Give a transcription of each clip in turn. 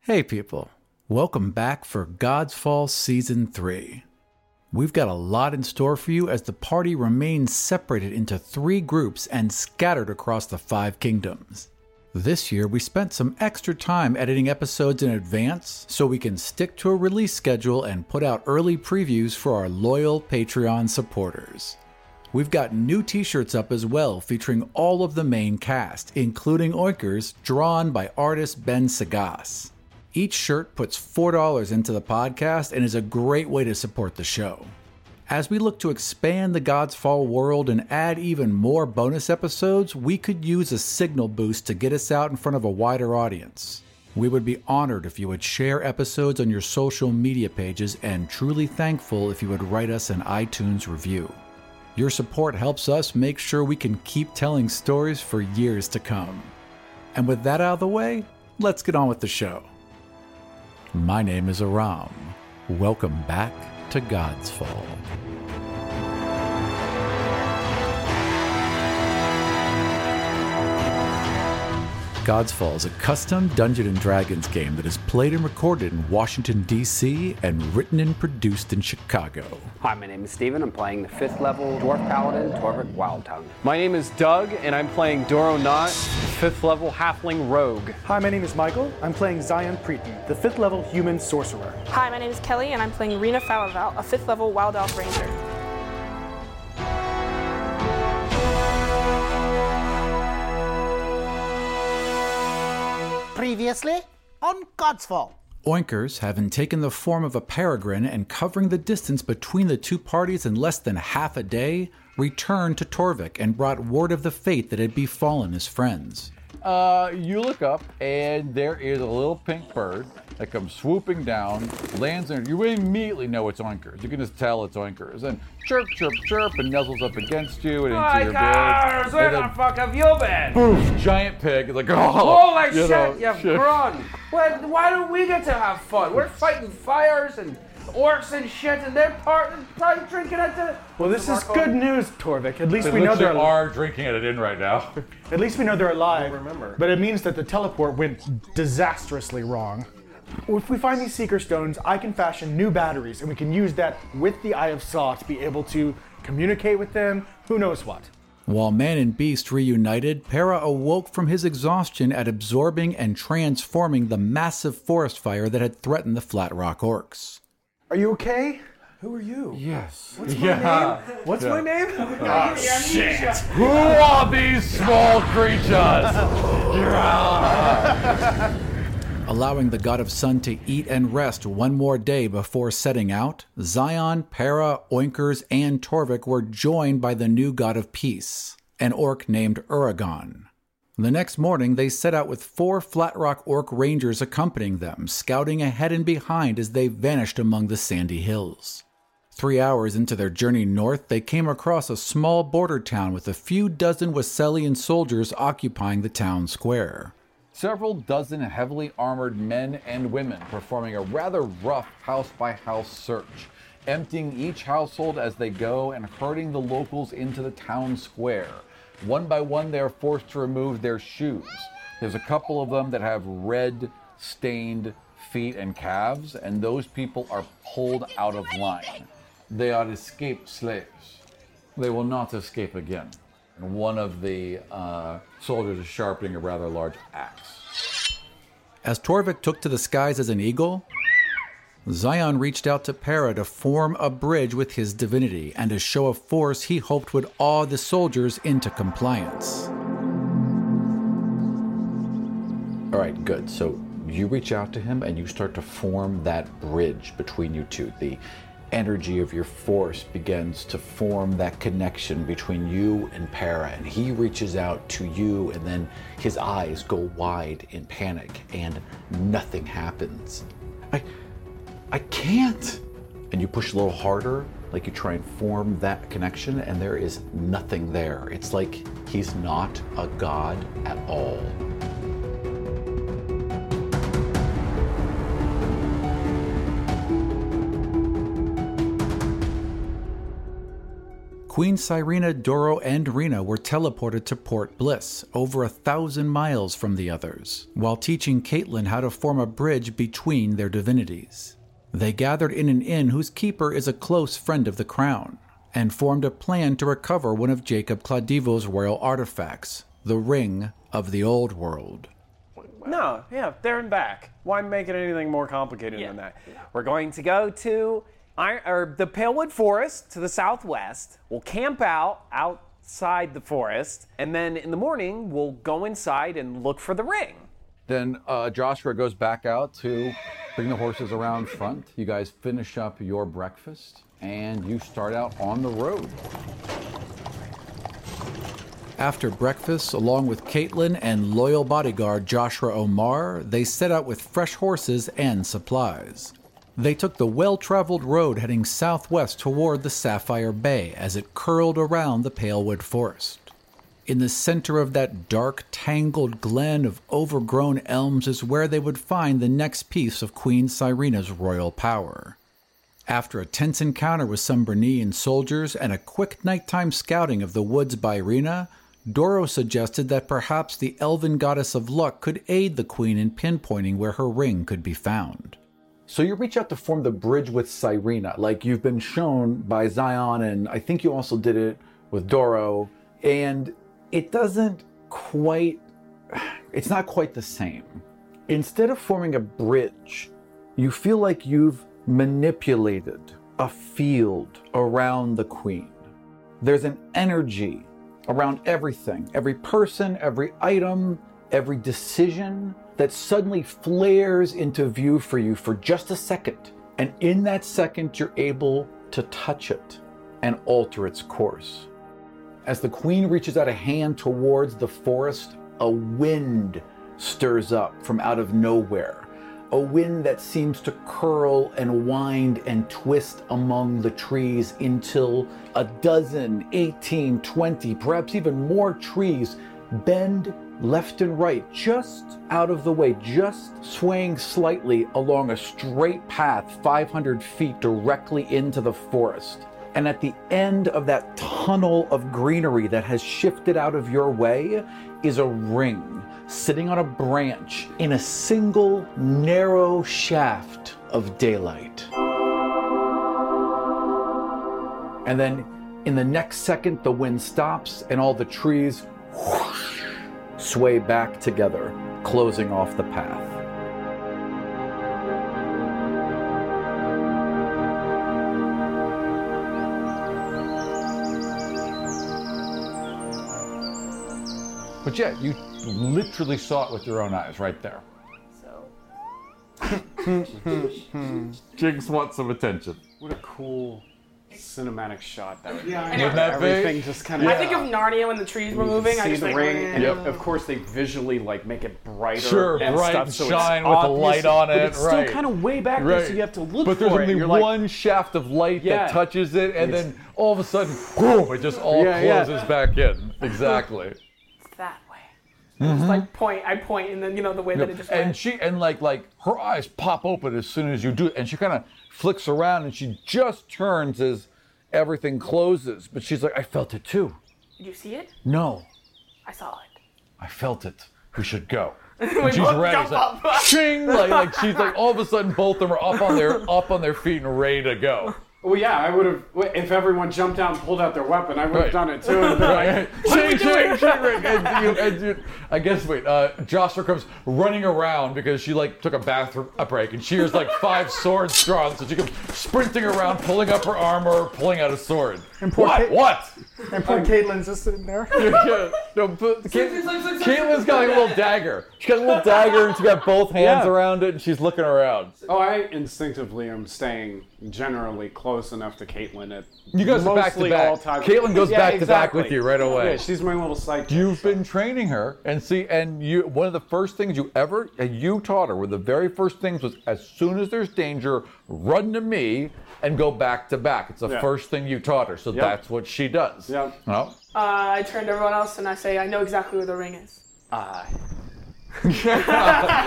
Hey, people. Welcome back for God's Fall Season 3. We've got a lot in store for you as the party remains separated into three groups and scattered across the five kingdoms. This year, we spent some extra time editing episodes in advance so we can stick to a release schedule and put out early previews for our loyal Patreon supporters. We've got new t shirts up as well featuring all of the main cast, including Oinkers, drawn by artist Ben Sagas. Each shirt puts $4 into the podcast and is a great way to support the show. As we look to expand the God's Fall world and add even more bonus episodes, we could use a signal boost to get us out in front of a wider audience. We would be honored if you would share episodes on your social media pages and truly thankful if you would write us an iTunes review. Your support helps us make sure we can keep telling stories for years to come. And with that out of the way, let's get on with the show. My name is Aram. Welcome back to God's Fall. God's Fall is a custom Dungeon and Dragons game that is played and recorded in Washington, D.C., and written and produced in Chicago. Hi, my name is Steven. I'm playing the fifth level Dwarf Paladin, Dwarvic Wildtongue. My name is Doug, and I'm playing Doro Knot, fifth level halfling rogue. Hi, my name is Michael. I'm playing Zion Preeton, the fifth level human sorcerer. Hi, my name is Kelly, and I'm playing Rena Falaval, a fifth level Wild Elf Ranger. Previously on God's Fall. Oinkers, having taken the form of a peregrine and covering the distance between the two parties in less than half a day, returned to Torvik and brought word of the fate that had befallen his friends. Uh, you look up, and there is a little pink bird that comes swooping down, lands there. You immediately know it's Oinkers. You can just tell it's Oinkers. And chirp, chirp, chirp, and nuzzles up against you and into your beard. Cars, where And the then, fuck have you been? poof, giant pig. It's like, oh, Holy you shit, know, you've grown. Well, why don't we get to have fun? We're fighting fires and orcs and shit, and they're part probably drinking at the. Well, this is Marco? good news, Torvik. At least They we know literally they're alive. are drinking at it in right now. At least we know they're alive. But it means that the teleport went disastrously wrong. If we find these seeker stones, I can fashion new batteries, and we can use that with the Eye of Saw to be able to communicate with them. Who knows what? While man and beast reunited, Para awoke from his exhaustion at absorbing and transforming the massive forest fire that had threatened the Flat Rock Orcs. Are you okay? Who are you? Yes. What's my name? Oh, Who are these small creatures? Yeah. Allowing the God of Sun to eat and rest one more day before setting out, Zion, Para, Oinkers, and Torvik were joined by the new God of Peace, an orc named Uragon. The next morning, they set out with four Flat Rock Orc Rangers accompanying them, scouting ahead and behind as they vanished among the sandy hills. Three hours into their journey north, they came across a small border town with a few dozen Wesselian soldiers occupying the town square. Several dozen heavily armored men and women performing a rather rough house by house search, emptying each household as they go and herding the locals into the town square. One by one, they are forced to remove their shoes. There's a couple of them that have red stained feet and calves, and those people are pulled out of line. They are escaped slaves. They will not escape again. And one of the uh, soldiers is sharpening a rather large axe. As Torvik took to the skies as an eagle, Zion reached out to Para to form a bridge with his divinity and a show of force he hoped would awe the soldiers into compliance. All right, good. So you reach out to him and you start to form that bridge between you two. The energy of your force begins to form that connection between you and Para, and he reaches out to you, and then his eyes go wide in panic, and nothing happens. I, I can't. And you push a little harder, like you try and form that connection, and there is nothing there. It's like he's not a god at all. Queen Cyrena, Doro, and Rena were teleported to Port Bliss, over a thousand miles from the others, while teaching Caitlin how to form a bridge between their divinities. They gathered in an inn whose keeper is a close friend of the crown, and formed a plan to recover one of Jacob Cladivo's royal artifacts, the Ring of the Old World. No, yeah, there and back. Why make it anything more complicated than that? We're going to go to Iron, or the Palewood Forest to the southwest. We'll camp out outside the forest, and then in the morning we'll go inside and look for the ring. Then uh, Joshua goes back out to bring the horses around front. You guys finish up your breakfast and you start out on the road. After breakfast, along with Caitlin and loyal bodyguard Joshua Omar, they set out with fresh horses and supplies. They took the well traveled road heading southwest toward the Sapphire Bay as it curled around the Palewood Forest. In the center of that dark, tangled glen of overgrown elms is where they would find the next piece of Queen Cyrena's royal power. After a tense encounter with some Bernian soldiers and a quick nighttime scouting of the woods by Rena, Doro suggested that perhaps the elven goddess of luck could aid the queen in pinpointing where her ring could be found. So you reach out to form the bridge with Cyrena, like you've been shown by Zion, and I think you also did it with Doro, and it doesn't quite, it's not quite the same. Instead of forming a bridge, you feel like you've manipulated a field around the queen. There's an energy around everything, every person, every item, every decision that suddenly flares into view for you for just a second. And in that second, you're able to touch it and alter its course. As the queen reaches out a hand towards the forest, a wind stirs up from out of nowhere. A wind that seems to curl and wind and twist among the trees until a dozen, 18, 20, perhaps even more trees bend left and right, just out of the way, just swaying slightly along a straight path 500 feet directly into the forest. And at the end of that tunnel of greenery that has shifted out of your way is a ring sitting on a branch in a single narrow shaft of daylight. And then in the next second, the wind stops and all the trees whoosh, sway back together, closing off the path. But yeah, you literally saw it with your own eyes right there. Jinx wants some attention. What a cool cinematic shot that would Yeah, I be. know. Wouldn't that be? Everything just kind of. I think of Narnia when the trees were You moving. see I just the like, ring, and "Mm." of course they visually like make it brighter. Sure, and bright stuff, and so shine it's with the light obvious, on but it, It's right. still kind of way back there, so you have to look But for there's it. only You're like, one shaft of light Yeah. that touches it, and Yes. then all of a sudden, boom! It just all Yeah, yeah. closes back in. Exactly. that way. Mm-hmm. Just like point, I point, and then you know the way that it just and went. she and like like her eyes pop open as soon as you do it, and she kind of flicks around and she just turns as everything closes. But she's like, I felt it too. Did you see it? No, I saw it. I felt it. We should go. We And she's both ready. jump It's like, up. ching! Like, like she's like all of a sudden both of them are up on their up on their feet and ready to go. Well, yeah, I would have. If everyone jumped out and pulled out their weapon, I would have Right. done it too. And been Right. like, "What are we Ching, ching, doing?" ching, right. And you- and you- I guess wait. Uh, Jocelyn comes running around because she like took a bathroom a break and she is like five swords strong, so she comes sprinting around, pulling up her armor, pulling out a sword. poor what? Kate- What? And poor Caitlin's just sitting there. Yeah, no, but Kate- Caitlin's got like a little dagger. She got a little dagger and she got both hands Yeah. around it and she's looking around. Oh, I instinctively am staying generally close enough to Caitlyn at You guys are back to mostly back. all time. Caitlyn goes Yeah, back to back with exactly. you right away. Yeah, she's my little sidekick. You've been training her, and see, and you. One of the first things you ever uh, you taught her were the very first things was as soon as there's danger, run to me and go back to back. It's the Yeah. first thing you taught her, so Yep. that's what she does. Yep. No? Uh, I turn to everyone else and I say, I know exactly where the ring is. I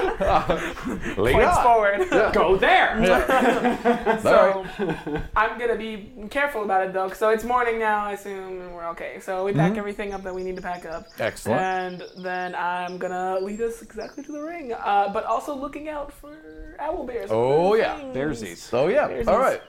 Lead Points on. forward. Yeah. Go there. All so I'm gonna be careful about it though. So it's morning now, I assume, and we're okay. So we pack Mm-hmm. Mhm. everything up that we need to pack up. Excellent. And then I'm gonna lead us exactly to the ring, uh, but also looking out for owl bears. Oh yeah, Bearsies. Oh yeah. Bearsies. All right.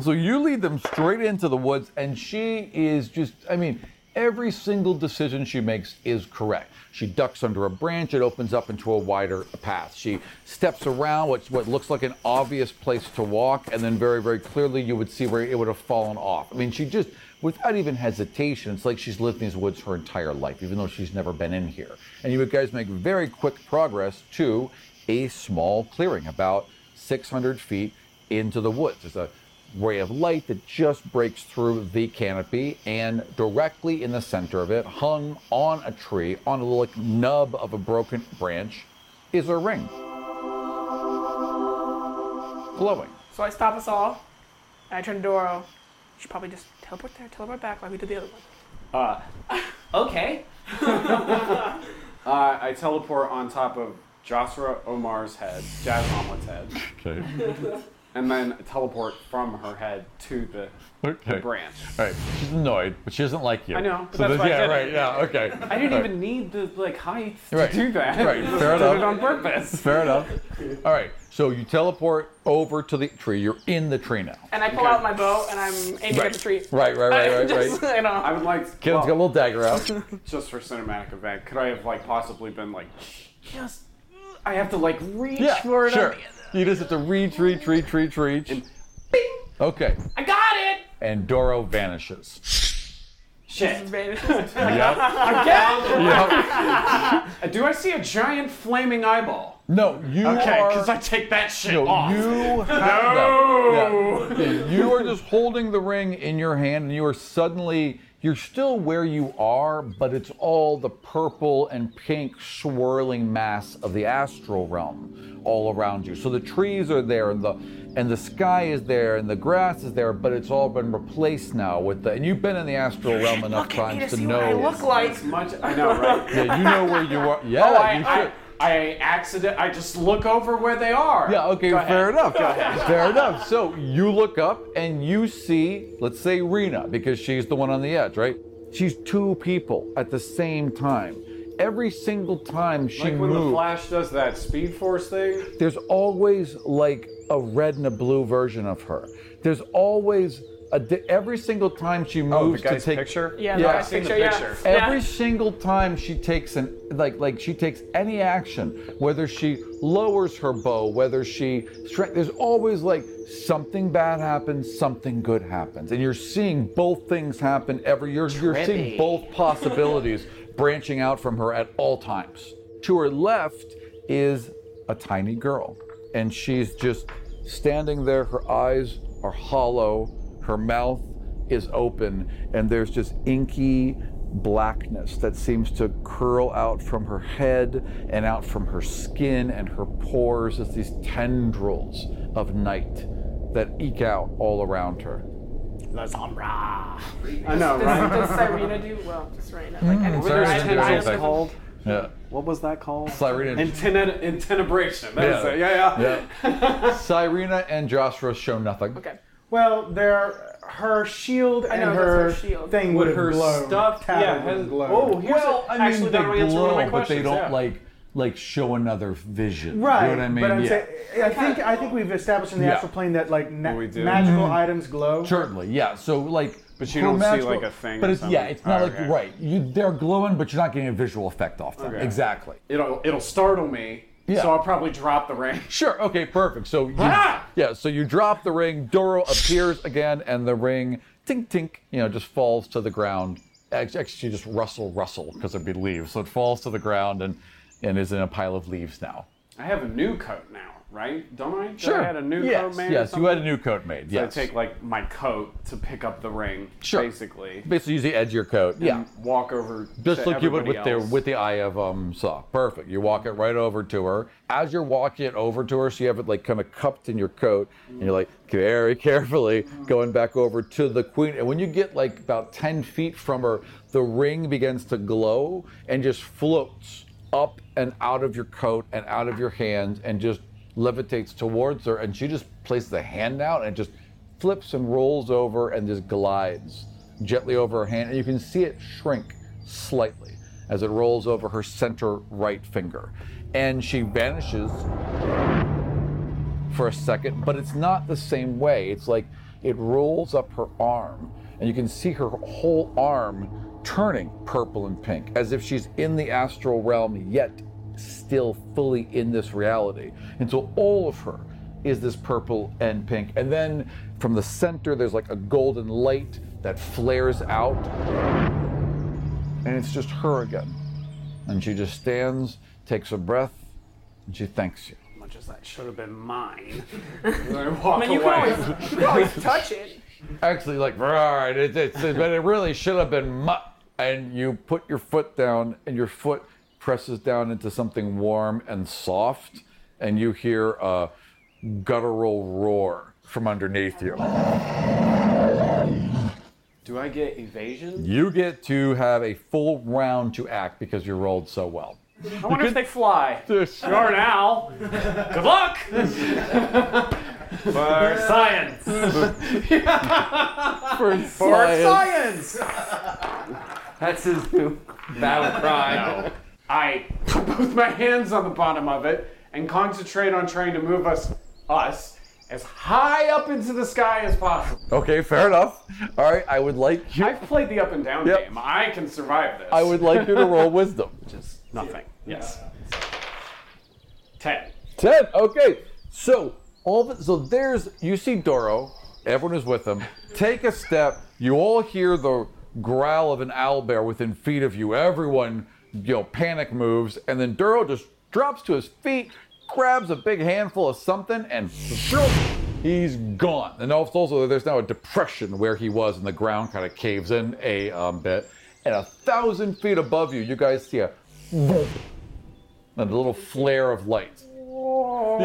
So you lead them straight into the woods, and she is just—I mean, every single decision she makes is correct. She ducks under a branch; it opens up into a wider path. She steps around what what looks like an obvious place to walk, and then very, very clearly you would see where it would have fallen off. I mean, she just, without even hesitation, it's like she's lived in these woods her entire life, even though she's never been in here. And you guys make very quick progress to a small clearing, about 600 feet into the woods. There's a ray of light that just breaks through the canopy, and directly in the center of it, hung on a tree, on a little like, nub of a broken branch, is a ring. Glowing. So I stop us all, and I turn to Doro. Should probably just teleport there, teleport back, like we did the other one. Uh, okay. uh, I teleport on top of Joshua Omar's head, Jazz Omelette's head. Okay. And then teleport from her head to the, the Okay. branch. All right. She's annoyed, but she doesn't like you. I know. But So that's then- why I yeah, did it. right. Yeah. Okay. I didn't All right. even need the like height to Right. do that. Right. I Fair did enough. it on purpose. Fair enough. All right. So you teleport over to the tree. You're in the tree now. And I pull out my bow and I'm aiming Right. at the tree. Right, right, right, I'm right, just, right. You know. I would like. Kid's got a little dagger out. Just for cinematic event, could I have like possibly been like, just I have to like reach yeah. for it. Sure. I'm- You just have to reach, reach, reach, reach, reach. And Okay. I got it. And Doro vanishes. Shit. Again? Do I see a giant flaming eyeball? No, you okay, are. because I take that shit No, off. you have no. them. Yeah. Yeah, You are just holding the ring in your hand, and you are suddenly. You're still where you are, but it's all the purple and pink swirling mass of the astral realm all around you. So the trees are there, and the and the sky is there, and the grass is there, but it's all been replaced now with the. And you've been in the astral realm enough times to, know. like much. I know, right? Yeah, you know where you are. Yeah, oh, I, you I- should. I accident. I just look over where they are. Yeah, okay, Go fair ahead. enough. Go ahead. Fair enough. So you look up and you see, let's say Rena, because she's the one on the edge, right? She's two people at the same time. Every single time she Like when moves, the Flash does that Speed Force thing. there's always like a red and a blue version of her. There's always a di- every single time she moves Oh, guy's to take picture? Yeah, the guy's I've seen the picture, yeah. picture. Every Yeah. single time she takes an like like she takes any action, whether she lowers her bow, whether she shrink, there's always like something bad happens, something good happens, and you're seeing both things happen. Every you're you're seeing Trippy. both possibilities branching out from her at all times. To her left is a tiny girl, and she's just standing there. Her eyes are hollow, her mouth is open, and there's just inky blackness that seems to curl out from her head and out from her skin and her pores as these tendrils of night that eke out all around her. La Sombra. I know, does, right? Does Cyrena do well? Just Serena. Like, I Mm, don't- Cyrena I did don't- I something. don't- Called. Yeah. What was that called? Cyrena. Intene- intenebration. That was it. Yeah, yeah. Yeah. Cyrena and Joshua show nothing. Okay. Well, there, her shield I and know, that's her, her shield. thing Would would have her glowed. stuff- Tabard would yeah, have has- glowed. oh, here's Well, I mean, Actually, they that would answer one of my glow, but they questions, don't yeah. like like show another vision. Right, You know what I mean? but I'm yeah. saying, I think I think we've established in the Yeah. astral plane that like na- do. magical Mhm. Mm-hmm. items glow. Certainly, yeah. So like, But you her don't see, magical- like, a thing But or it's yeah, something? it's not Oh, like okay. right. You they're glowing, but you're not getting a visual effect off them. Okay. Exactly. It'll it'll startle me. Yeah. So I'll probably drop the ring. Sure. Okay. Perfect. So you, Ah! yeah. So you drop the ring. Doro appears again, and the ring, tink tink, you know, just falls to the ground. Act- Actually, just rustle rustle because it'd be leaves. So it falls to the ground and and is in a pile of leaves now. I have a new coat now, right? Don't I? Did Sure. I had a new Yes, coat made. or yes, you something? had a new coat made, So yes. I take like my coat to pick up the ring. Sure. Basically. Basically, use the edge of your coat. And Yeah. Walk over. Just to like you would everybody with the else. with the eye of um saw. Perfect. You walk it right over to her. As you're walking it over to her, so you have it like kind of cupped in your coat, and you're like very carefully going back over to the queen. And when you get like about ten feet from her, the ring begins to glow and just floats up and out of your coat and out of your hands and just levitates towards her. And she just places a hand out and just flips and rolls over and just glides gently over her hand. And you can see it shrink slightly as it rolls over her center right finger. And she vanishes for a second, but it's not the same way. It's like it rolls up her arm, and you can see her whole arm turning purple and pink as if she's in the astral realm, yet still fully in this reality. And so all of her is this purple and pink. And then from the center, there's like a golden light that flares out, and it's just her again. And she just stands, takes a breath, and she thanks you. Much as that should have been mine. I walk Man, you can away. always- you can always touch it. Actually, like, all right, it, it, it- but it really should have been mu And you put your foot down, and your foot presses down into something warm and soft, and you hear a guttural roar from underneath you. Do I get evasion? You get to have a full round to act because you rolled so well. I wonder if they fly. You are an owl. Good luck. For science. For science. science. That's his new battle cry. No. I put both my hands on the bottom of it and concentrate on trying to move us us as high up into the sky as possible. Okay, fair enough. All right, I would like you. I've played the up and down Yep. game. I can survive this. I would like you to roll wisdom. Nothing. Yes. Ten. Ten. Okay. So all the, so there's you see Doro. Everyone is with him. Take a step. You all hear the growl of an owl bear within feet of you. Everyone, you know, panic moves, and then Doro just drops to his feet, grabs a big handful of something, and he's gone. And also there's now a depression where he was, and the ground kind of caves in a um, bit. And a thousand feet above you, you guys see a and a little flare of light.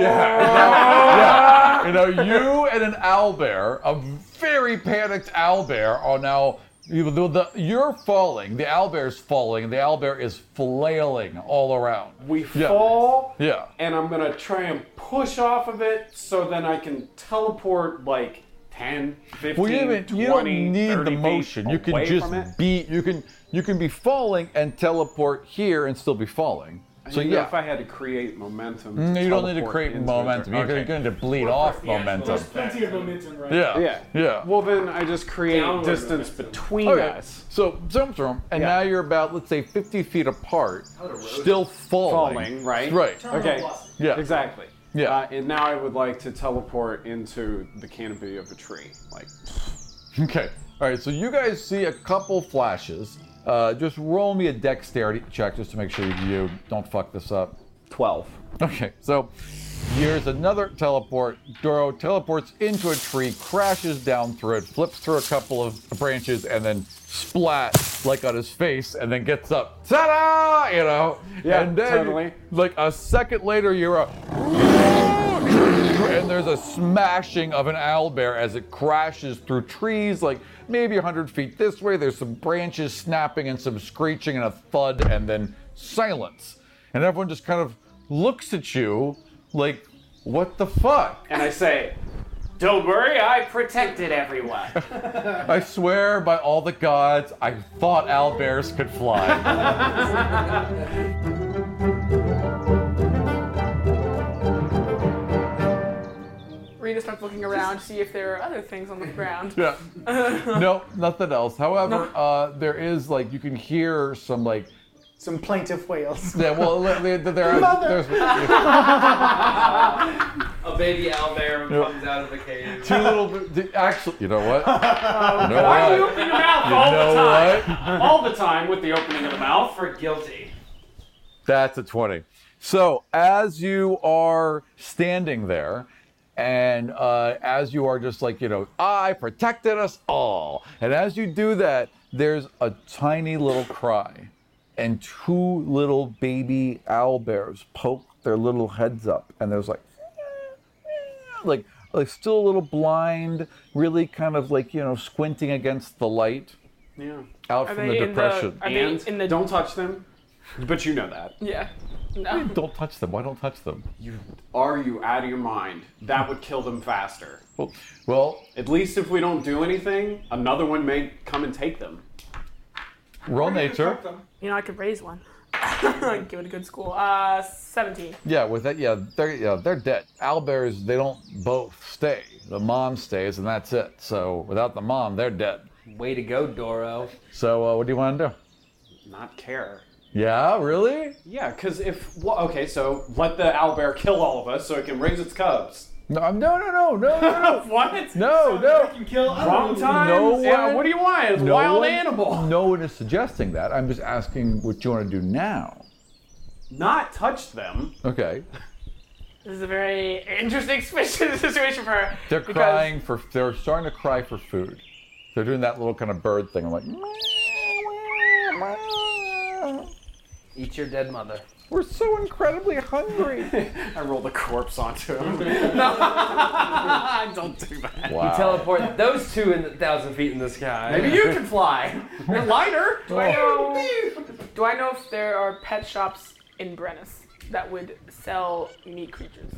Yeah. You know, you and an owlbear, a very panicked owlbear, are now. You, the, the, you're falling, the owlbear's falling, and the owlbear is flailing all around. We yeah. fall. Yeah. and I'm gonna try and push off of it so then I can teleport like 10, 15, Well, you, don't even- 20, you don't need 30 the feet motion. You can away from it. just be. You can you can be falling and teleport here and still be falling. I So didn't know yeah, if I had to create momentum. to Mm, you don't need to teleport create into momentum. it. You're Okay. going to bleed off momentum. plenty of momentum right Yeah. Yeah. Yeah. Oh, Well, then I just create Downward distance between Okay, us. So zoom zoom, and Yeah. now you're about let's say 50 feet apart, still falling. Falling, right? Right. Okay. Yeah. Exactly. Yeah. Uh, and now I would like to teleport into the canopy of a tree. Like, Okay. All right. So you guys see a couple flashes. Uh, just roll me a dexterity check just to make sure you don't fuck this up. Twelve. Okay. So here's another teleport. Doro teleports into a tree, crashes down through it, flips through a couple of branches, and then splat like on his face, and then gets up. Ta-da! You know. Yeah, And then, totally. Like a second later, you're a and there's a smashing of an owlbear as it crashes through trees, like maybe 100 feet this way. There's some branches snapping and some screeching and a thud, and then silence. And everyone just kind of looks at you like, what the fuck? and I say, "Don't worry, I protected everyone." I swear by all the gods, I thought owlbears could fly. Rita starts looking around, see if there are other things on the ground. Yeah. no, nothing else. However, uh, there is like you can hear some like some plaintive wails. Yeah, well, there, there, there are- Mother. A baby owlbear Yeah. comes out of the cave. two little. bit- Actually, you know what? You know what? Why do you open your mouth You all know the time? what? All the time with the opening of the mouth for guilty. That's a 20. So, as you are standing there, and uh, as you are just like, you know, I protected us all. And as you do that, there's a tiny little cry, and two little baby owl bears poke their little heads up, and there's like, like, like still a little blind, really kind of like, you know, squinting against the light Yeah. out from the depression. and don't touch them. But you know that. Yeah. No. Don't touch them. Why don't touch them? You are you out of your mind? That would kill them faster. Well, At least if we don't do anything, another one may come and take them. roll nature. You know, I could raise one. Give it a good school. Uh, 17. Yeah, with that, yeah, they're yeah, they're dead. Owlbears, they don't both stay. The mom stays, and that's it. So without the mom, they're dead. Way to go, Doro. So uh, what do you want to do? Not care. Yeah, really? Yeah, because if well, okay, so let the owlbear kill all of us so it can raise its cubs. No, I'm- no, no, no, no, no, no. what? No, no. Wrong time. yeah, what do you want? It's a no wild one- animal. No one is suggesting that. I'm just asking what you want to do now. Not touch them. Okay. This is a very interesting situation for her. They're because- crying for. They're starting to cry for food. They're doing that little kind of bird thing. I'm like, Eat your dead mother. We're so incredibly hungry. I rolled a corpse onto him. Don't do that. You teleport those two in a thousand feet in the sky. Maybe you can fly. You're lighter. Do I know, do I know if there are pet shops in Brennus that would sell meat creatures?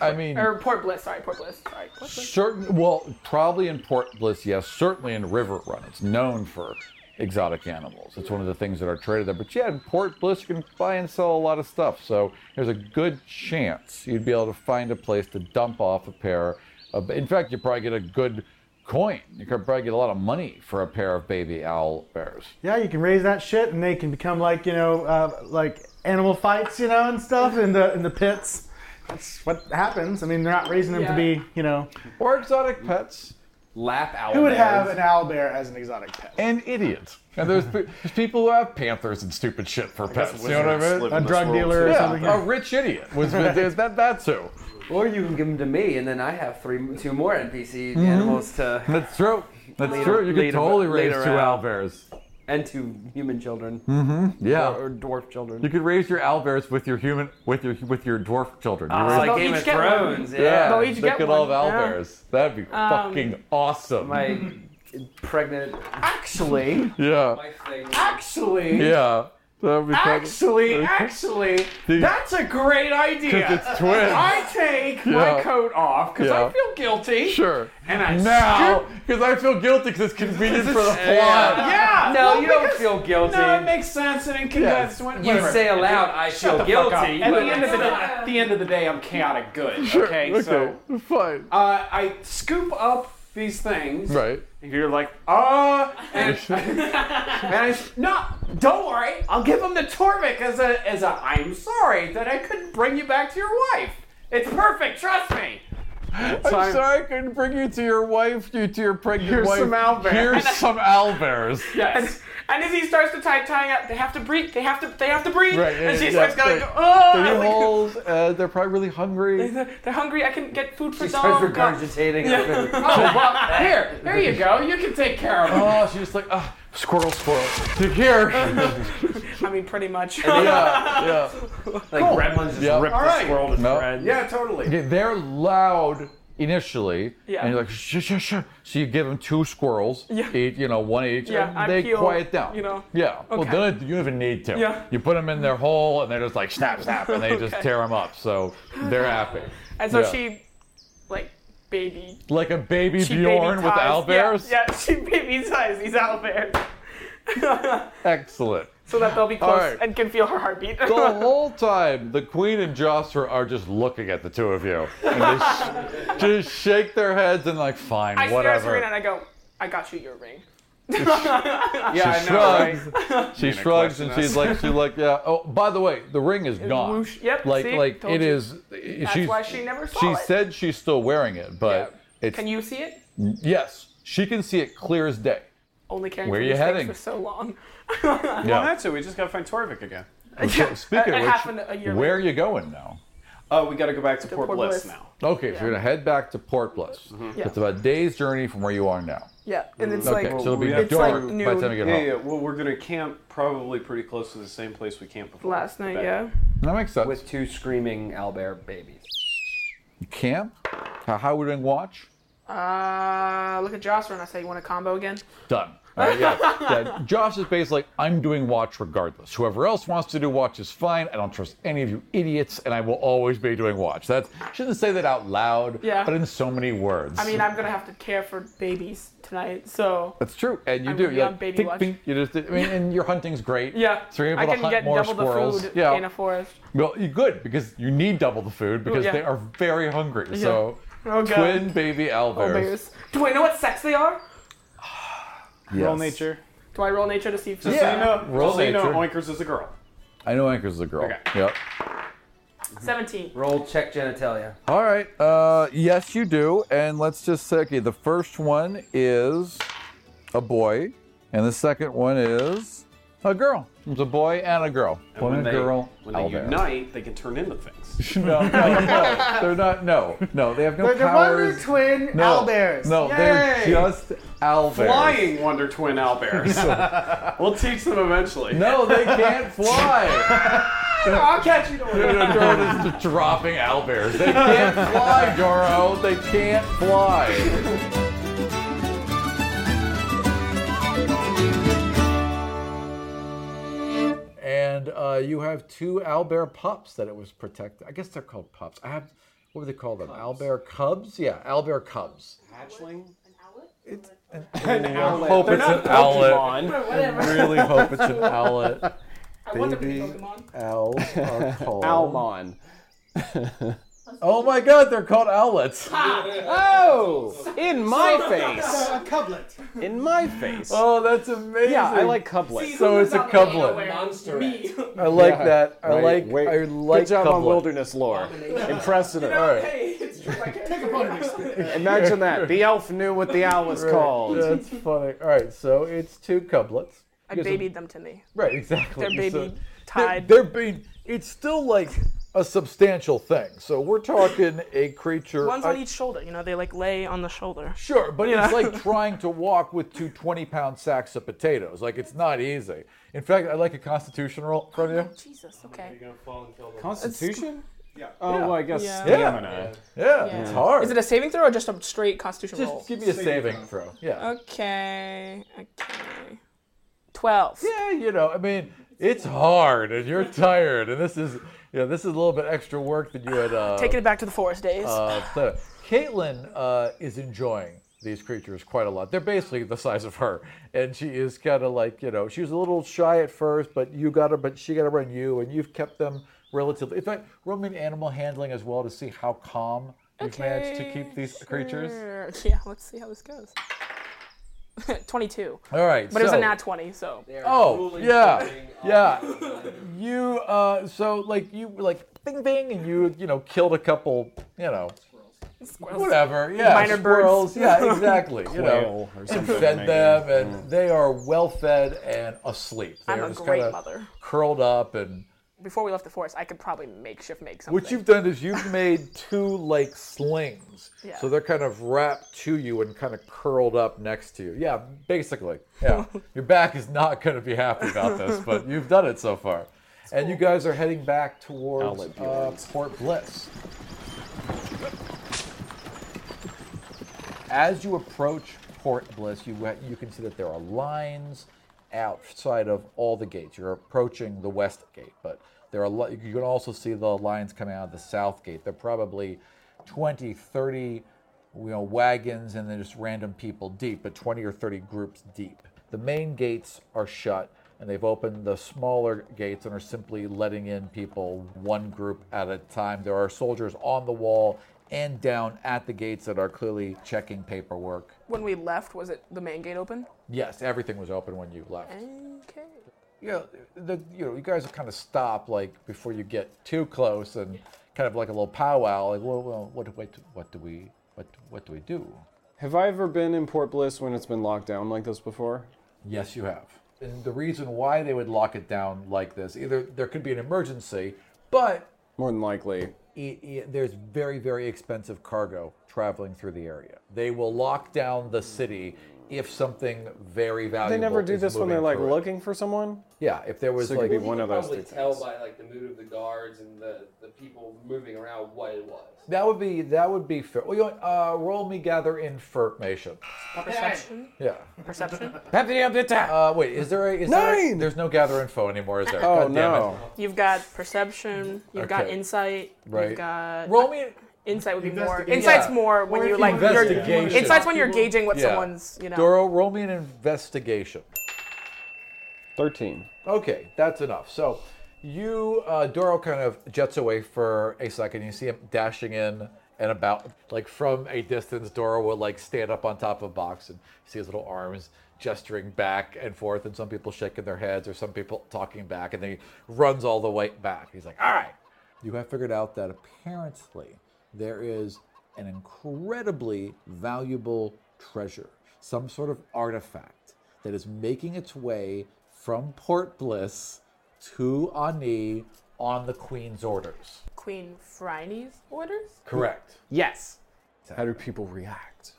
I mean, Or Port Bliss, sorry, Port Bliss. Sorry, Port Bliss. certain. Well, probably in Port Bliss, yes. Certainly in River Run, it's known for exotic animals. It's one of the things that are traded there. But yeah, in Port Bliss, you can buy and sell a lot of stuff. So there's a good chance you'd be able to find a place to dump off a pair. Of, in fact, you probably get a good coin. You could probably get a lot of money for a pair of baby owl bears. Yeah, you can raise that shit, and they can become like you know, uh, like animal fights, you know, and stuff in the in the pits. That's what happens. I mean, they're not raising them to be, you know, or exotic pets. Lap owl. Who would have an owl bear as an exotic pet? An idiot. And there's, pe- there's people who have panthers and stupid shit for guess pets. You know what wizards I mean? live in A this drug world, dealer too. or yeah, something, A yeah. rich idiot. Was, is that, that's who. Or you can give them to me, and then I have three, two more NPC animals to. That's true. That's lead- true. You could lead 'em- totally lead raise two around. owlbears. And two human children. Mm-hmm. Yeah. Or, or dwarf children. You could raise your owlbears with your human, with your with your dwarf children. You Ah, raise- like They'll Game each of get one. Thrones, yeah. They'll each they get could all one, have yeah. owlbears. That'd be Um, fucking awesome. my pregnant. Actually. yeah. My thing. Actually. Yeah. That'd be fucking- Actually, actually, Dude. that's a great idea. 'Cause it's twins. I take Yeah. my coat off because Yeah. I feel guilty. Sure. And I now, because I feel guilty because it's convenient for the plot. Yeah. No, well, you don't because- feel guilty. No, it makes sense and it condensed. when- You whatever. say aloud, I Shut feel the fuck up. guilty. At the but end of the day, it's at the end of the day, I'm chaotic good. Sure, Okay. So fine. Uh, I scoop up these things. Right. And you're like, uh, and, and I, s- no, don't worry. I'll give him to Torvik as a, as a, I'm sorry that I couldn't bring you back to your wife. It's perfect, trust me. I'm sorry I couldn't bring you to your wife, you to your pregnant Here's wife. some owlbears. Here's some owlbears. Yes. And as he starts to tie tying up, they have to breathe. They have to. They have to breathe. Right. yeah, and she's yeah, like, going, they- oh, They I'm need like, holes. Uh, they're probably really hungry. they're, they're hungry. I can get food for She dogs. starts regurgitating. Yeah. Oh, well, here, here you go. You can take care of him. Oh, she's just like, ah, squirrel, squirrel. Take care. I mean, pretty much. yeah, yeah. Like, gremlins just Yep. rip All this right. world to No. shreds. Yeah, totally. Yeah, they're loud initially, Yeah. and you're like, shh, shh, shh. So you give them two squirrels, Yeah. each, you know, one each, Yeah, and I they peel, quiet down. you know. Yeah. Well, Okay. then you don't even need to. Yeah. You put them in their hole, and they're just like snap, snap, and they just Okay. tear them up. So they're happy. And so Yeah. she, like, baby. like a baby She Bjorn baby with ties- owlbears. Yeah, yeah, she baby ties these owlbears. Excellent. so that they'll be All close right. and can feel her heartbeat. The whole time, the queen and Jocelyn are just looking at the two of you, and they sh- just shake their heads and like, fine, I stare at Serena and whatever. I go, I got you your ring. she shrugs. She shrugs and question she's us. like, she's like, yeah. Oh, by the way, the ring is gone. whoosh. Yep, Like, see? like Told it you. is. That's she's- why she never saw She it. said she's still wearing it, but it's. Can you see it? Yes, she can see it clear as day. Only carrying Where for you these things heading? for so long. Yeah. Well, that's it. We just gotta find Torvik again. So, speaking it of happened Uh, a which, year where are you going now? Oh, we gotta go back to, Port, Port Bliss, Bliss. now. Okay, so you're gonna head back to Port Bliss. Mm-hmm. Yeah. It's about a day's journey from where you are now. Yeah, and it's okay, like so it'll be it's like dark by the noon. time you get Oh. yeah, home. yeah. Well, we're gonna camp probably pretty close to the same place we camped before. last night. Yeah. That makes sense. With two screaming owlbear babies. Camp? How, how are we doing watch? Uh, look at Jocelyn. I say, you want a combo again? Done. Right, yeah, yeah. Josh is basically like, I'm doing watch regardless. Whoever else wants to do watch is fine. I don't trust any of you idiots, and I will always be doing watch. That's shouldn't say that out loud, Yeah. but in so many words. I mean, I'm gonna have to care for babies tonight, so That's true, and you I'm do. gonna be You're on like, baby think- watch. think, you just, I mean, and your hunting's great. yeah. so you're able I to can hunt get more double squirrels. the food yeah, in a forest. well, you good because you need double the Oh, food because yeah. they are very hungry. Yeah. So, Oh, God. twin baby owlbears. Owlbears. Do I know what sex they are? Roll nature. Do I roll nature to see if Just they so you are? know, Roll just so you know, nature. Oinkers is a girl. I know Anchor's is a girl. Yep. 17. Roll check genitalia. All right. Uh, yes, you do. And let's just say, okay, the first one is a boy, and the second one is a girl. It's a boy and a girl. And Boy when and a they, girl. When they owlbear. unite, they can turn into things. no, no, no, they're not. No, no, they have no They're the powers. Wonder Twin no, owlbears. No, they're Yay! just owlbears. Flying Wonder Twin owlbears. we'll teach them eventually. No, they can't fly. I'll catch you. Dude, Dora is just dropping owlbears. They can't fly, Doro. They can't fly. And uh, you have two owlbear pups that it was protected. I guess they're called pups. I have, what do they call them? Owlbear cubs? Yeah, owlbear cubs. Hatchling. It's an, an I owlet. hope They're it's not an owlet. Pokemon. I really hope it's an owlet. I want them to be Baby Pokemon. owls are called. Almon. Oh my god, they're called owlets. Oh! In my face! A couplet. In my face. Oh, that's amazing. Yeah, I like couplet. So it's a couplet. Monster. Me. I like Yeah. that. I Right, like. wait. I like. Good job on couplet. wilderness lore. Impressive. You know, All right. hey, it's true. I can't Imagine that. The elf knew what the owl was Right, called. That's funny. All right, so it's two couplets. I Because- babied them to me. Right, exactly. They're baby So- tied. They're, they're being. It's still like a substantial thing. So we're talking a creature. One's on I- each shoulder, you know, they like lay on the shoulder. Sure, but Yeah. it's like trying to walk with two 20 pound sacks of potatoes. Like, it's not easy. In fact, I'd like a constitution roll from you. Jesus, okay. Constitution? Yeah. Oh, well, I guess Yeah. stamina. Yeah, it's hard. Is it a saving throw or just a straight constitution roll? Just give me a saving throw. Yeah. Okay. Okay. 12. Yeah, you know, I mean, it's hard and you're tired, and this is, you know, this is a little bit extra work that you had. Uh, Taking it back to the forest days. Uh, so Caitlin uh, is enjoying these creatures quite a lot. They're basically the size of her, and she is kind of like you know she was a little shy at first, but you got her, but she got her on you, and you've kept them relatively. In fact, roll me an animal handling as well to see how calm you've managed to keep these creatures. Sure. Yeah, let's see how this goes. 22. All right, But it was a so- nat 20, so. Oh yeah, yeah. You uh, so like you were like bing bing, and you you know killed a couple you know Squirrels. whatever yeah Minor squirrels birds. yeah exactly you know Quail or and something, fed maybe. them and they are well fed and asleep. They I'm are a just great kinda mother. curled up and Before we left the forest, I could probably makeshift make something. what you've done is you've made two like slings, Yeah. so they're kind of wrapped to you and kind of curled up next to you. Yeah, basically. Yeah, your back is not going to be happy about this, but you've done it so far, and you guys are heading back towards Outlet uh, Port Bliss. As you approach Port Bliss, you you can see that there are lines outside of all the gates. You're approaching the west gate, but there are li- you can also see the lines coming out of the south gate. They're probably 20, 30 you know, wagons and then just random people deep, but 20 or 30 groups deep. The main gates are shut and they've opened the smaller gates and are simply letting in people one group at a time. There are soldiers on the wall and down at the gates that are clearly checking paperwork. When we left, was it the main gate open? Yes, everything was open when you left. Okay. you know, the, you know, you guys will kind of stop like before you get too close and kind of like a little powwow. Like, well, well what, do- what, do- what do we, what, what do we do? Have I ever been in Port Bliss when it's been locked down like this before? Yes, you have. And the reason why they would lock it down like this, either there could be an emergency, but More than likely. i i there's very, very expensive cargo traveling through the area. They will lock down the city if something very valuable. They never do is this when moving they're like through it. looking for someone. Yeah, if there was So it could like be one of those Probably two tell by like the mood of the guards and the, the people moving around what it was. That would be that would be fair. Well, you know, what, uh, roll me gather information. Perception. Yeah. Perception. Uh, wait, is there a is There a- there's no gather info anymore, is there? Oh, God damn it. You've got perception. You've got Okay. insight. Right. You've got roll me. Insight would be more. Investigation. Insight's Yeah. more Or when if you you like. You're, investigation. insight's when you're gauging what Yeah. somene's you know. Doro, roll me an investigation. Thirteen. Okay, that's enough. So you, uh, Doro kind of jets away for a second. You see him dashing in and about. Like from a distance, Doro will like stand up on top of Box and see his little arms gesturing back and forth. And some people shaking their heads or some people talking back. And then he runs all the way back. He's like, all right. You have figured out that apparently there is an incredibly valuable treasure, some sort of artifact that is making its way from Port Bliss to Ani on the Queen's orders. Queen Phryne's orders. Correct. Yes. How do people react?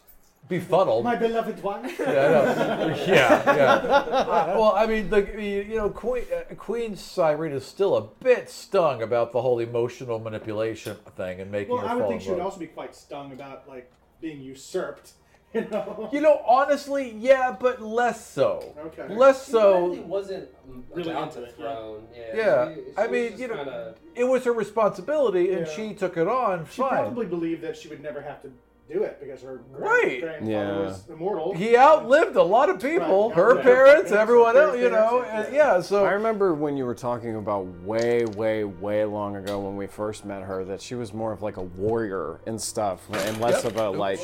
Befuddled. My beloved one. Yeah, I know. yeah. yeah. Uh, well, I mean, the, you you know, Queen, uh, Queen Cyrene is still a bit stung about the whole emotional manipulation thing and making Well, her I would fall think in she would love. also be quite stung about like being usurped. You know. You know, honestly, yeah, but less so. Okay. Less She so. really wasn't Really about into the it, yeah. throne. Yeah. Yeah, she- she I was mean, just you know, kinda- it was her responsibility, and Yeah. she took it on. She fine. probably believed that she would never have to do it because her grand- Right. grandfather Yeah. was immortal. He outlived a lot of people, her parents, everyone else, you know. and- yeah, so I remember when you were talking about way, way, way long ago when we first met her that she was more of like a warrior and stuff and less Yep. of a Nope. like.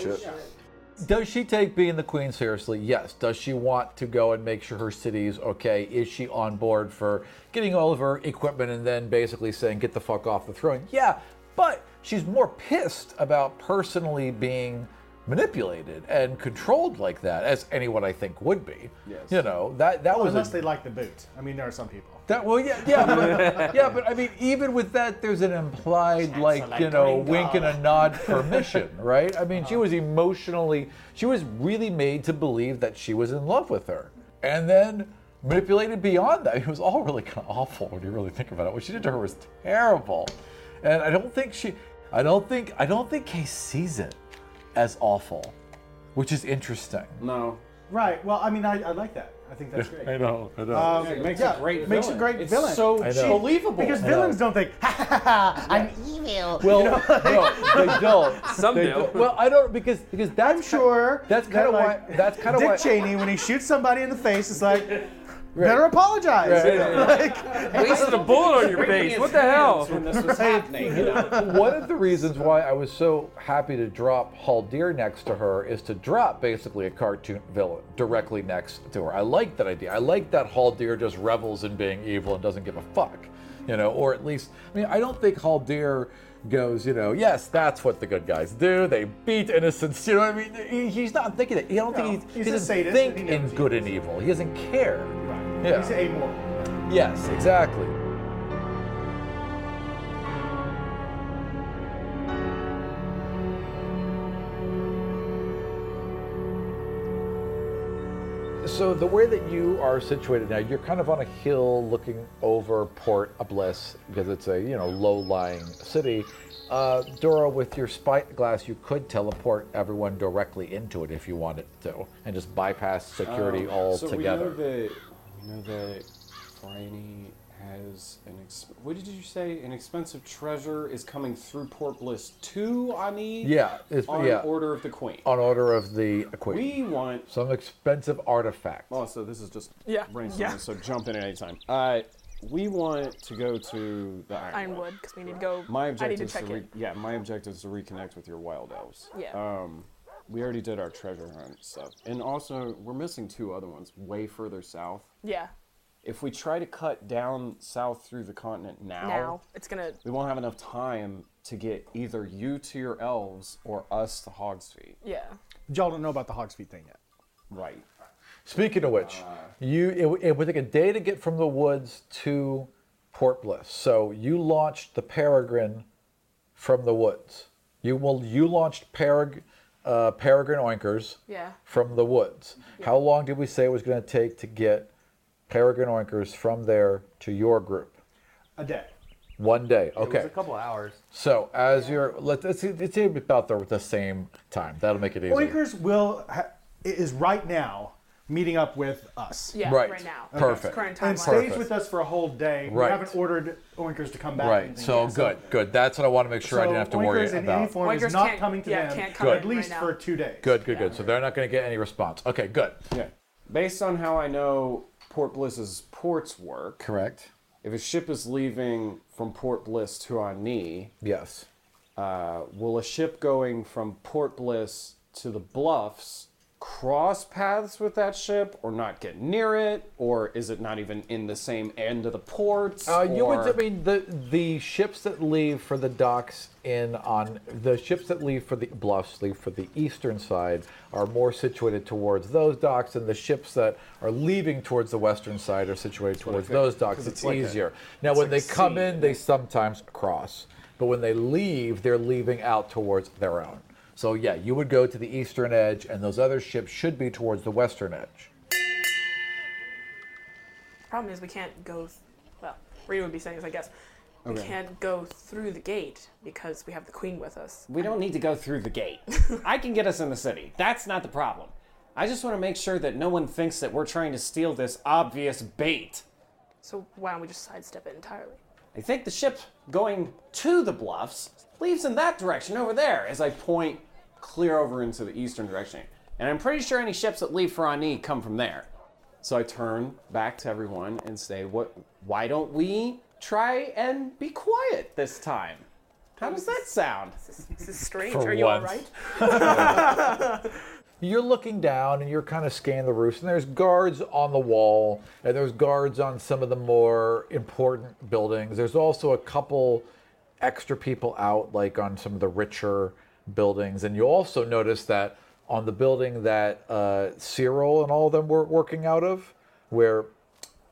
Does she take being the queen seriously? Yes. Does she want to go and make sure her city's okay? Is she on board for getting all of her equipment and then basically saying, get the fuck off the throne? Yeah, but she's more pissed about personally being manipulated and controlled like that, as anyone I think would be. Yes. You know, that, that was a Unless they like the boot. I mean, there are some people. that well, yeah, yeah, but, yeah, but I mean, even with that, there's an implied like you Gringo. know wink and a nod permission, right? I mean, she was emotionally, she was really made to believe that she was in love with her, and then manipulated beyond that. It was all really kind of awful when you really think about it. What she did to her was terrible, and I don't think she, I don't think, I don't think Kay sees it as awful, which is interesting. No. Right. Well, I mean, I, I like that. I think that's great. I know, I know. Um, Yeah, makes a great Makes a villain. great It's villain. so I know. believable. Because I villains don't think, ha ha ha, I'm evil. Well, You know, like- no, they don't. Some They do. don't. Well, I don't because because that's sure. That's kind that, of why. like, That's kind of Dick why. Cheney, when he shoots somebody in the face, it's like, better apologize. Right. Wasted a bullet on your face. What the hell? When this was happening, you know? One of the reasons why I was so happy to drop Haldir next to her is to drop basically a cartoon villain directly next to her. I like that idea. I like that Haldir just revels in being evil and doesn't give a fuck, you know, or at least, I mean, I don't think Haldir goes, you know, yes, that's what the good guys do. They beat innocents. You know what I mean? He- he's not thinking that. He don't think he's, he's he a doesn't sadist think and he in good and evil. He doesn't care. Yeah. He's amoral. Yes, exactly. So the way that you are situated now, you're kind of on a hill looking over Port Bliss because it's a you know low-lying city. Uh, Dora, with your spyglass, you could teleport everyone directly into it if you wanted to, and just bypass security all Oh, so altogether. We know that, we know that Franny has an. Ex- what did you say? An expensive treasure is coming through Port Bliss to Ani. Yeah, it's- on yeah. order of the Queen. on order of the queen. We want some expensive artifact. Oh, so this is just Yeah, brainstorming. yeah. So jump in at any time. Uh, we want to go to the Iron. Ironwood because we need to go. My I need objective to is to check re- in. yeah, my objective is to reconnect with your wild elves. Yeah. Um, we already did our treasure hunt stuff, and also we're missing two other ones way further south. Yeah. If we try to cut down south through the continent now, Now it's gonna. we won't have enough time to get either you to your elves or us to Hogsfeet. Yeah. Y'all don't know about the Hog's Feet thing yet. Right. Speaking of which, Uh. you it, it would take a day to get from the woods to Port Bliss. So you launched the Peregrine from the woods. You well, you launched Peregrine. uh, peregrine oinkers Yeah. from the woods. How long did we say it was going to take to get peregrine oinkers from there to your group? A day. One day. Okay. It was a couple hours. So as you're, let's, let's, see- let's see about there with the same time. That'll make it easier. Oinkers will ha- is right now meeting up with us. Yeah, Right. right now. Perfect. Current And timeline. stays Perfect. with us for a whole day. Right. We haven't ordered Oinkers to come back. or Right. anything So yet, good, good. That's what I want to make sure I so didn't have to worry Oinkers in about. any form Oinkers is not can't- coming to yeah, them can't come Good. in at least right now. for two days. Good, good, good. So they're not going to get any response. Okay, good. Yeah. Based on how I know Port Bliss's ports work. Correct. If a ship is leaving from Port Bliss to Ani. Yes. Uh, will a ship going from Port Bliss to the Bluffs cross paths with that ship or not get near it? Or is it not even in the same end of the ports? Uh, you would. or- I mean, the the ships that leave for the docks in on the ships that leave for the bluffs leave for the eastern side are more situated towards those docks, and the ships that are leaving towards the western side are situated towards figured, those docks. 'cause It's, it's like a- easier. now, it's when like they come sea, in, they sometimes cross, but when they leave, they're leaving out towards their own. So yeah, you would go to the eastern edge, and those other ships should be towards the western edge. Problem is, we can't go. Th- well, Rita would be saying this, I guess. We Okay. can't go through the gate because we have the queen with us. We don't need to go through the gate. I can get us in the city. That's not the problem. I just want to make sure that no one thinks that we're trying to steal this obvious bait. So why don't we just sidestep it entirely? I think the ship going to the bluffs leaves in that direction over there as I point clear over into the eastern direction. And I'm pretty sure any ships that leave for Ani come from there. So I turn back to everyone and say, "What why don't we try and be quiet this time?" How does that sound? This is strange. For Are you all once. right? You're looking down and you're kind of scanning the roofs, and there's guards on the wall, and there's guards on some of the more important buildings. There's also a couple extra people out, like on some of the richer buildings. And you also notice that on the building that uh, Cyril and all of them were working out of, where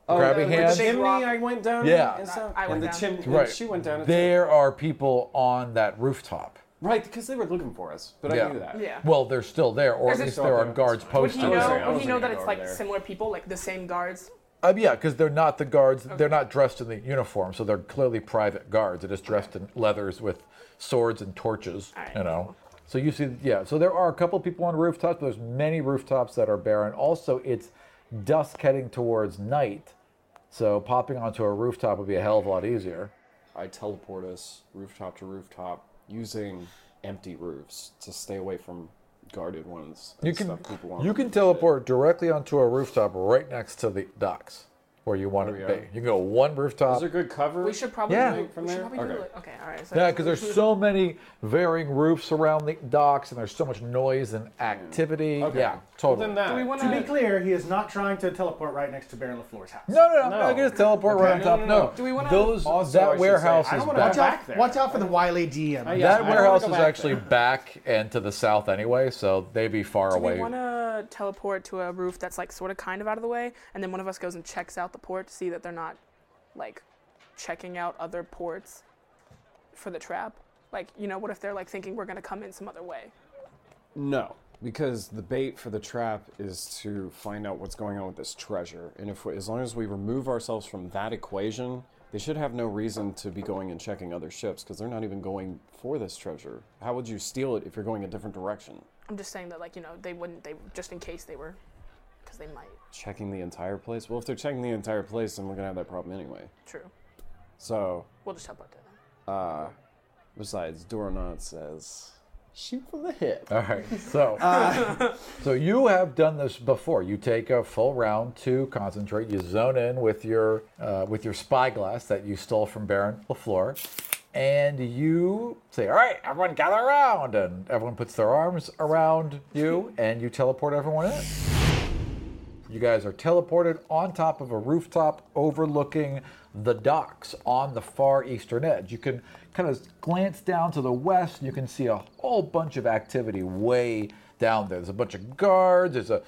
Oh, Grabby the, Hand. the chimney I went down. Yeah. and, so, I went and the down. chimney. Right. She went down. And There are people on that rooftop. right, because they were looking for us, but I knew that. Yeah. Well, they're still there, or There's a- at least there are guards Would he posted. know? Would he know that it's like similar people, like the same guards? Uh, yeah, because they're not the guards. They're not dressed in the uniform, so they're clearly private guards. They're just dressed in leathers with swords and torches. You know. So you see, yeah. So there are a couple people on rooftops. But there's many rooftops that are barren. Also, it's dusk heading towards night, so popping onto a rooftop would be a hell of a lot easier. I teleport us rooftop to rooftop using empty roofs to stay away from guarded ones. and You can stuff people want. you can teleport directly onto a rooftop right next to the docks where you want it to we are. be. You can go one rooftop. Is there good cover? We should probably Yeah. do, From we should there? probably do Okay. it. Okay, all right. So Yeah, because there's so many varying roofs around the docks, and there's so much noise and activity. Yeah, totally. to be clear, he is not trying to teleport right next to Baron LaFleur's house. No, no, no. I'm not gonna teleport right on top. No, those that warehouse is watch back. out, watch out for the wily DM. that warehouse is actually back and to the south anyway, so they'd be far Do away. we want to teleport to a roof that's like sort of kind of out of the way, and then one of us goes and checks out the port to see that they're not like checking out other ports for the trap? Like, you know, what if they're like thinking we're gonna come in some other way? No, because the bait for the trap is to find out what's going on with this treasure, and if we, as long as we remove ourselves from that equation, they should have no reason to be going and checking other ships because they're not even going for this treasure. How would you steal it if you're going a different direction? I'm just saying that, like, you know, they wouldn't. They just in case they were, because they might. Checking the entire place? Well, if they're checking the entire place, then we're gonna have that problem anyway. True. So, We'll just teleport to them. uh, besides, Doronat says, shoot from the hip. All right, so so you have done this before. You take a full round to concentrate. You zone in with your uh, with your spyglass that you stole from Baron Lafleur, and you say, "All right, everyone, gather around!" And everyone puts their arms around you, and you teleport everyone in. You guys are teleported on top of a rooftop overlooking the docks on the far eastern edge. You can kind of glance down to the west and you can see a whole bunch of activity way down there. There's a bunch of guards. There's a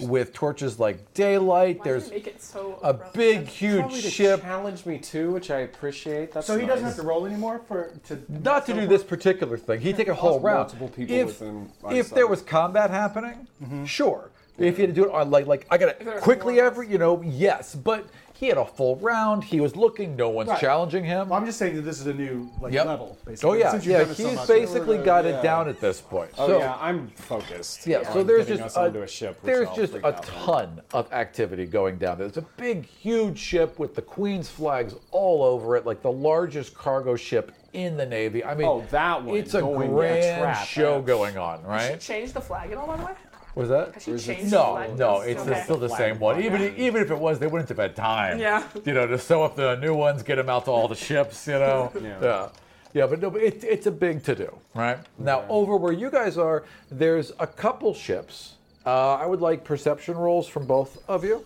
with torches like daylight. there's Make it so a big, Probably huge to ship. challenge me too, which I appreciate. That's So he doesn't have nice. to roll anymore for to. Not to do this particular thing. He take a whole Possible round. multiple people if within if there was combat happening, Mm-hmm. sure. If you had to do it on like like I If there gotta was quickly every you know yes, but he had a full round. He was looking. No one's Right. challenging him. I'm just saying that this is a new like Yep. level. Basically. Oh yeah, Since you've yeah. done it so He's much. basically got it Yeah. down at this point. Oh so, yeah, I'm focused. Yeah, so on there's getting just us onto a, a ship. which there's I'll just freak a out. ton of activity going down there. It's a big, huge ship with the Queen's flags all over it, like the largest cargo ship in the Navy. I mean, Oh, that one It's a going to grand trap. show going on, She right? changed the flag at all, by the way? Was that? Has she Or is it changed the no, flag? no, it's Okay. still the Flag same one. flag. Even e, even if it was, they wouldn't have had time. Yeah. You know, to sew up the new ones, get them out to all the ships. You know. Yeah. yeah. Yeah, but no, but it, it's a big to do, right? Now, over where you guys are, there's a couple ships. Uh, I would like perception rolls from both of you.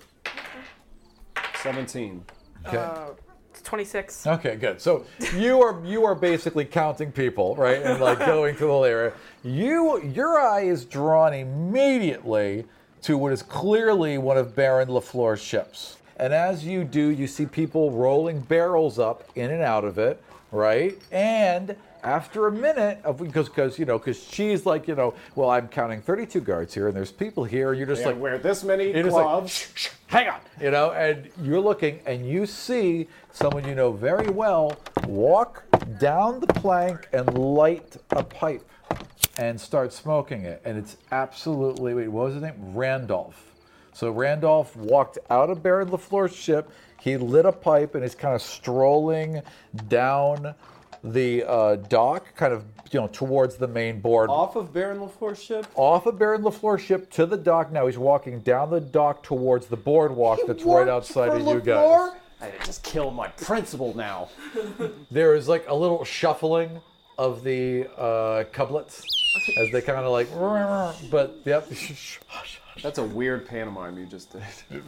17. Okay. Uh, it's 26. Okay, good. So you are you are basically counting people, right? And like going through the whole area. You your eye is drawn immediately to what is clearly one of Baron LaFleur's ships. And as you do, you see people rolling barrels up in and out of it, right? And after a minute of because because you know because she's like you know well I'm counting 32 guards here and there's people here and you're just Yeah, like wear this many It is like, gloves. hang on you know and you're looking and you see someone you know very well walk down the plank and light a pipe and start smoking it and it's absolutely wait what was his name randolph so randolph walked out of baron lafleur's ship he lit a pipe and is kind of strolling down the uh, dock kind of you know towards the main board Off of Baron LaFleur's ship? off of Baron LaFleur's ship to the dock. Now he's walking down the dock towards the boardwalk that's right outside of you guys. I gotta just kill my principal now. There is like a little shuffling of the uh, cublets as they kind of like, but yep. That's a weird pantomime you just did.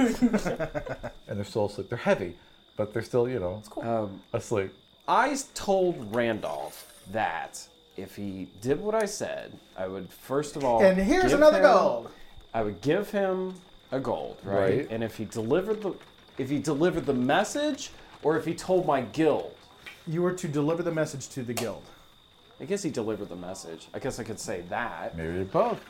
and they're still asleep. They're heavy, but they're still, you know, um, asleep. I told Randolph that if he did what I said, I would first of all. And here's give another him- gold. I would give him a gold, right? Right. And if he delivered the, if he delivered the message, or if he told my guild, You were to deliver the message to the guild. I guess he delivered the message. I guess I could say that. Maybe did both.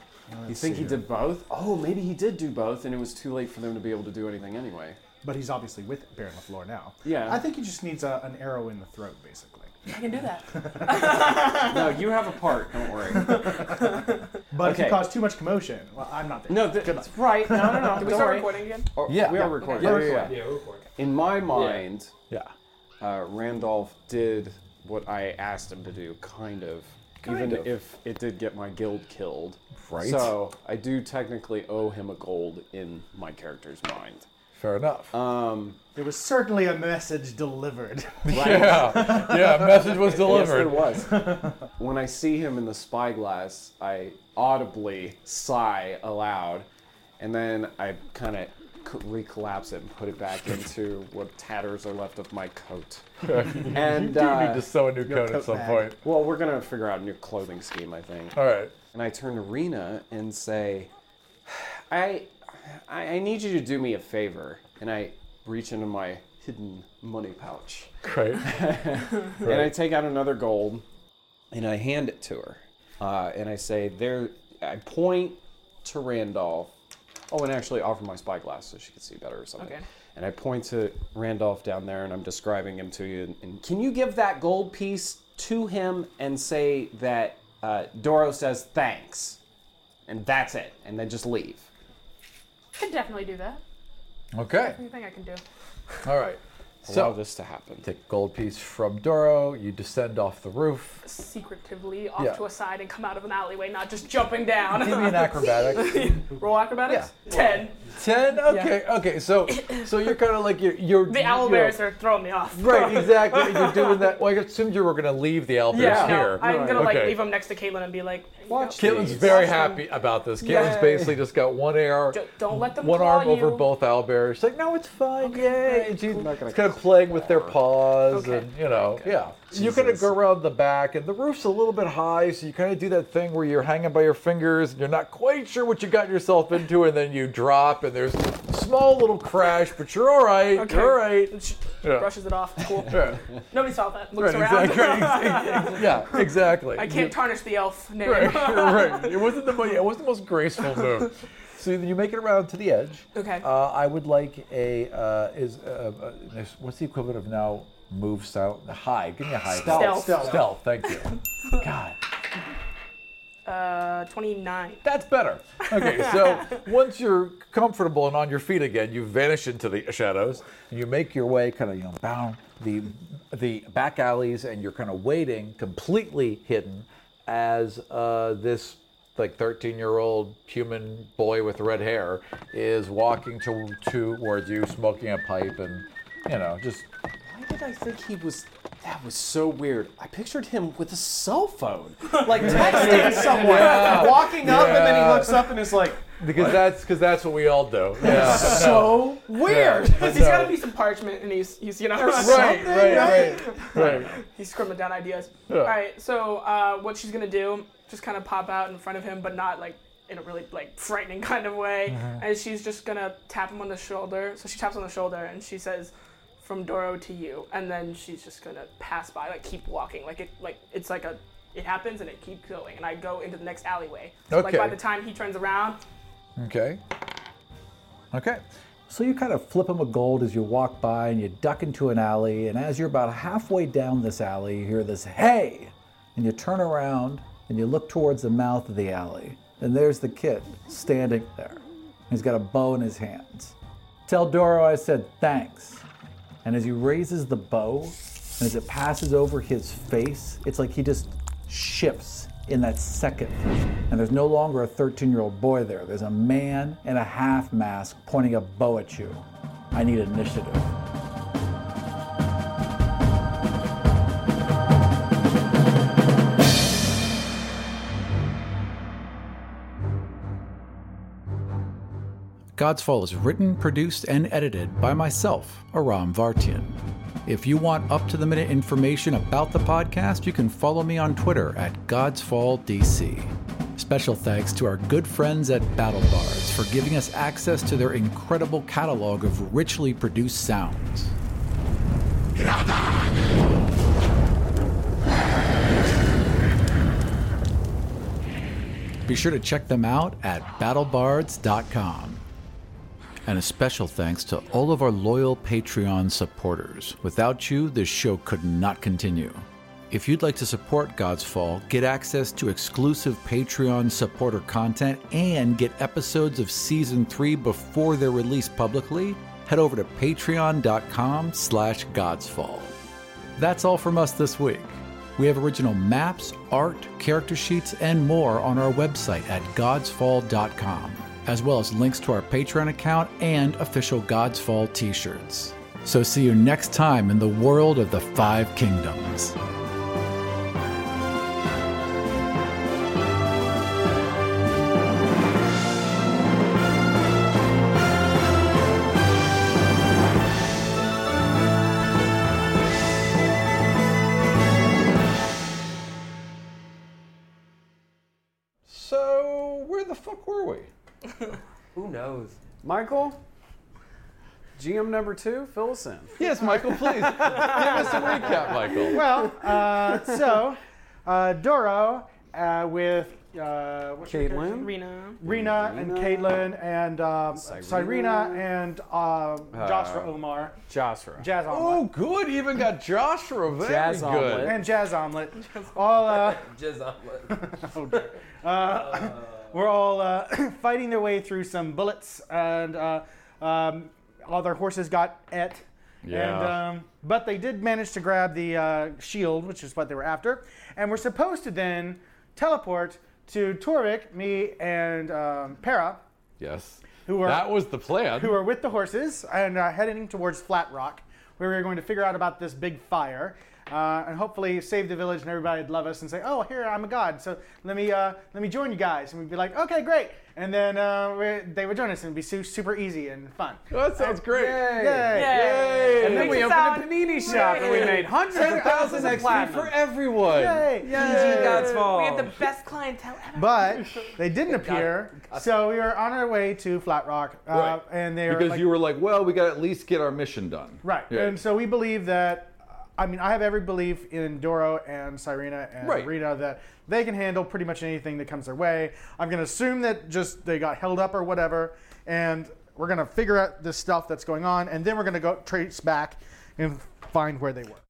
You think he did both? Oh, maybe he did do both, and it was too late for them to be able to do anything anyway. But he's obviously with Baron Lafleur now. Yeah. I think he just needs a, an arrow in the throat, basically. I can do that. no, you have a part. Don't worry. But if Okay. you cause too much commotion, well, I'm not there. No, th- that's right. No, no, no. Did we don't start worry. recording again? Or- Yeah. we Yeah. are recording. Yeah, we're recording. Yeah, we're recording. In my mind, yeah, uh, Randolph did what I asked him to do, kind of. Kind even of. if it did get my guild killed. Right. So I do technically owe him a gold in my character's mind. Fair enough. Um, There was certainly a message delivered. Yeah. Yeah, a message was delivered. Yes, there was. when I see him in the spyglass, I audibly sigh aloud, and then I kind of recollapse it and put it back into what tatters are left of my coat. and You do uh, need to sew a new Your coat at coat some bag. point. Well, we're gonna figure out a new clothing scheme, I think. All right. And I turn to Rena and say, I, I I need you to do me a favor. And I reach into my hidden money pouch. Right. And I take out another gold and I hand it to her. Uh, and I say, there, I point to Randolph. Oh, and actually offer my spyglass so she can see better or something. Okay. And I point to Randolph down there and I'm describing him to you. And, and can you give that gold piece to him and say that uh, Doro says thanks? And that's it. And then just leave. I can definitely do that. Okay. What do you think I can do? All right. Allow this to happen. Take gold piece from Doro. You descend off the roof. Secretively off Yeah. to a side and come out of an alleyway, not just jumping down. Give me an acrobatic. Roll acrobatics? 10. Ten. Okay. Okay. So, so you're kind of like you're. you're The you know- owlbears are throwing me off. Right. Exactly. You're doing that. Well, I assumed you were going to leave the owlbears Yeah, here. no, I'm gonna like Okay. leave them next to Caitlin and be like, Watch Caitlin's very happy about this. Caitlin's Yay. basically just got one air, Don't let them one claw arm you. over both owlbears. She's like, no, it's fine. Yay. And she's Not it's kind of playing with their paws, and you know, yeah. You kind of go around the back, and the roof's a little bit high, so you kind of do that thing where you're hanging by your fingers, and you're not quite sure what you got yourself into, and then you drop, and there's small little crash, but you're all right. Okay. You're all right. Yeah. Brushes it off. Cool. Yeah. Nobody saw that. Looks Right, around. exactly. yeah, exactly. I You- can't tarnish the elf name. Right, right. It wasn't the mo- yeah, it wasn't the most graceful move. So you make it around to the edge. Okay. Uh, I would like a uh, is uh, uh, is- what's the equivalent of now move sound high. Give me a high. Stealth. Stealth. Stealth. Stealth. thank you. God. Uh, 29. That's better. Okay, so once you're comfortable and on your feet again, you vanish into the shadows. And you make your way, kind of you know, down the the back alleys, and you're kind of waiting, completely hidden, as uh, this like 13 year old human boy with red hair is walking to, towards you, smoking a pipe, and you know, just Why did I think he was? That was so weird. I pictured him with a cell phone, like texting someone, Yeah. walking up, and then he Yeah. looks up and is like, because "What?" that's because that's what we all do. Yeah. That's so Weird. Yeah, He's got no. to be some parchment, and he's he's you know Right, right, right, right. He's scribbling down ideas. Yeah. All right, so uh, what she's gonna do? Just kind of pop out in front of him, but not like in a really like frightening kind of way. Mm-hmm. Mhm. And she's just gonna tap him on the shoulder. So she taps on the shoulder, and she says, "From Doro to you." And then she's just gonna pass by, like keep walking, like it like it's like a it happens and it keeps going. And I go into the next alleyway. Like by Okay. the time he turns around, Okay. Okay. So you kind of flip him a gold as you walk by and you duck into an alley. And as you're about halfway down this alley, you hear this, hey! And you turn around and you look towards the mouth of the alley. And there's the kid standing there. He's got a bow in his hands. Tell Doro I said thanks. And as he raises the bow, and as it passes over his face, it's like he just shifts in that second. And there's no longer a 13 year old boy there. There's a man in a half mask pointing a bow at you. I need initiative. God's Fall is written, produced, and edited by myself, Aram Vartian. If you want up to the minute information about the podcast, you can follow me on Twitter at God's Fall DC. Special thanks to our good friends at Battle Bars for giving us access to their incredible catalog of richly produced sounds. Be sure to check them out at battlebards.com. And a special thanks to all of our loyal Patreon supporters. Without you, this show could not continue. If you'd like to support God's Fall, get access to exclusive Patreon supporter content and get episodes of season 3 before they're released publicly, head over to patreon.com/godsfall. slash Godsfall. That's all from us this week. We have original maps, art, character sheets, and more on our website at godsfall.com, as well as links to our Patreon account and official God's Fall t shirts. So see you next time in the world of the Five Kingdoms. So, where the fuck were we? Who knows? Michael? GM number two, fill us in. Yes, Michael, please. Give us a recap, Michael. Well, uh, so uh, Doro uh, with uh, what's her character? Caitlin? Rena. Rena and Caitlin and um, Cyrena. Cyrena and um, Joshua Omar, Josra. Jazz Omelet. Oh, good. Even got Joshua. Very Jazz good. omelet. and Jazz Omelet. All uh, Oh, Jizz omelet. uh, we're all uh, fighting their way through some bullets, and uh, um, all their horses got et. Yeah. And, um, but they did manage to grab the uh, shield, which is what they were after, and we're supposed to then teleport to Torvik, me and um, Para, Yes. Who are- that was the plan. who are with the horses and uh, heading towards Flat Rock, where we are going to figure out about this big fire. uh, and hopefully save the village, and everybody would love us and say, "Oh, here I'm a god, so let me uh, let me join you guys," and we'd be like, "Okay, great," and then uh, we, they would join us, and it'd be su- super easy and fun. That sounds great. Yay! Yay. And then we opened a panini shop and we Yay. made hundreds of Hundred thousands of XP platinum. for everyone. Yay. Yay. God's We fall. had The best clientele ever. But they didn't appear, so we were on our way to Flat Rock, uh, Right. and they because were like, you were like, well, we got to at least get our mission done. Right. Yeah. And so we believe that, I mean, I have every belief in Doro and Cyrena and Right. Rita that they can handle pretty much anything that comes their way. I'm going to assume that just they got held up or whatever, and we're going to figure out this stuff that's going on, and then we're going to go trace back and find where they were.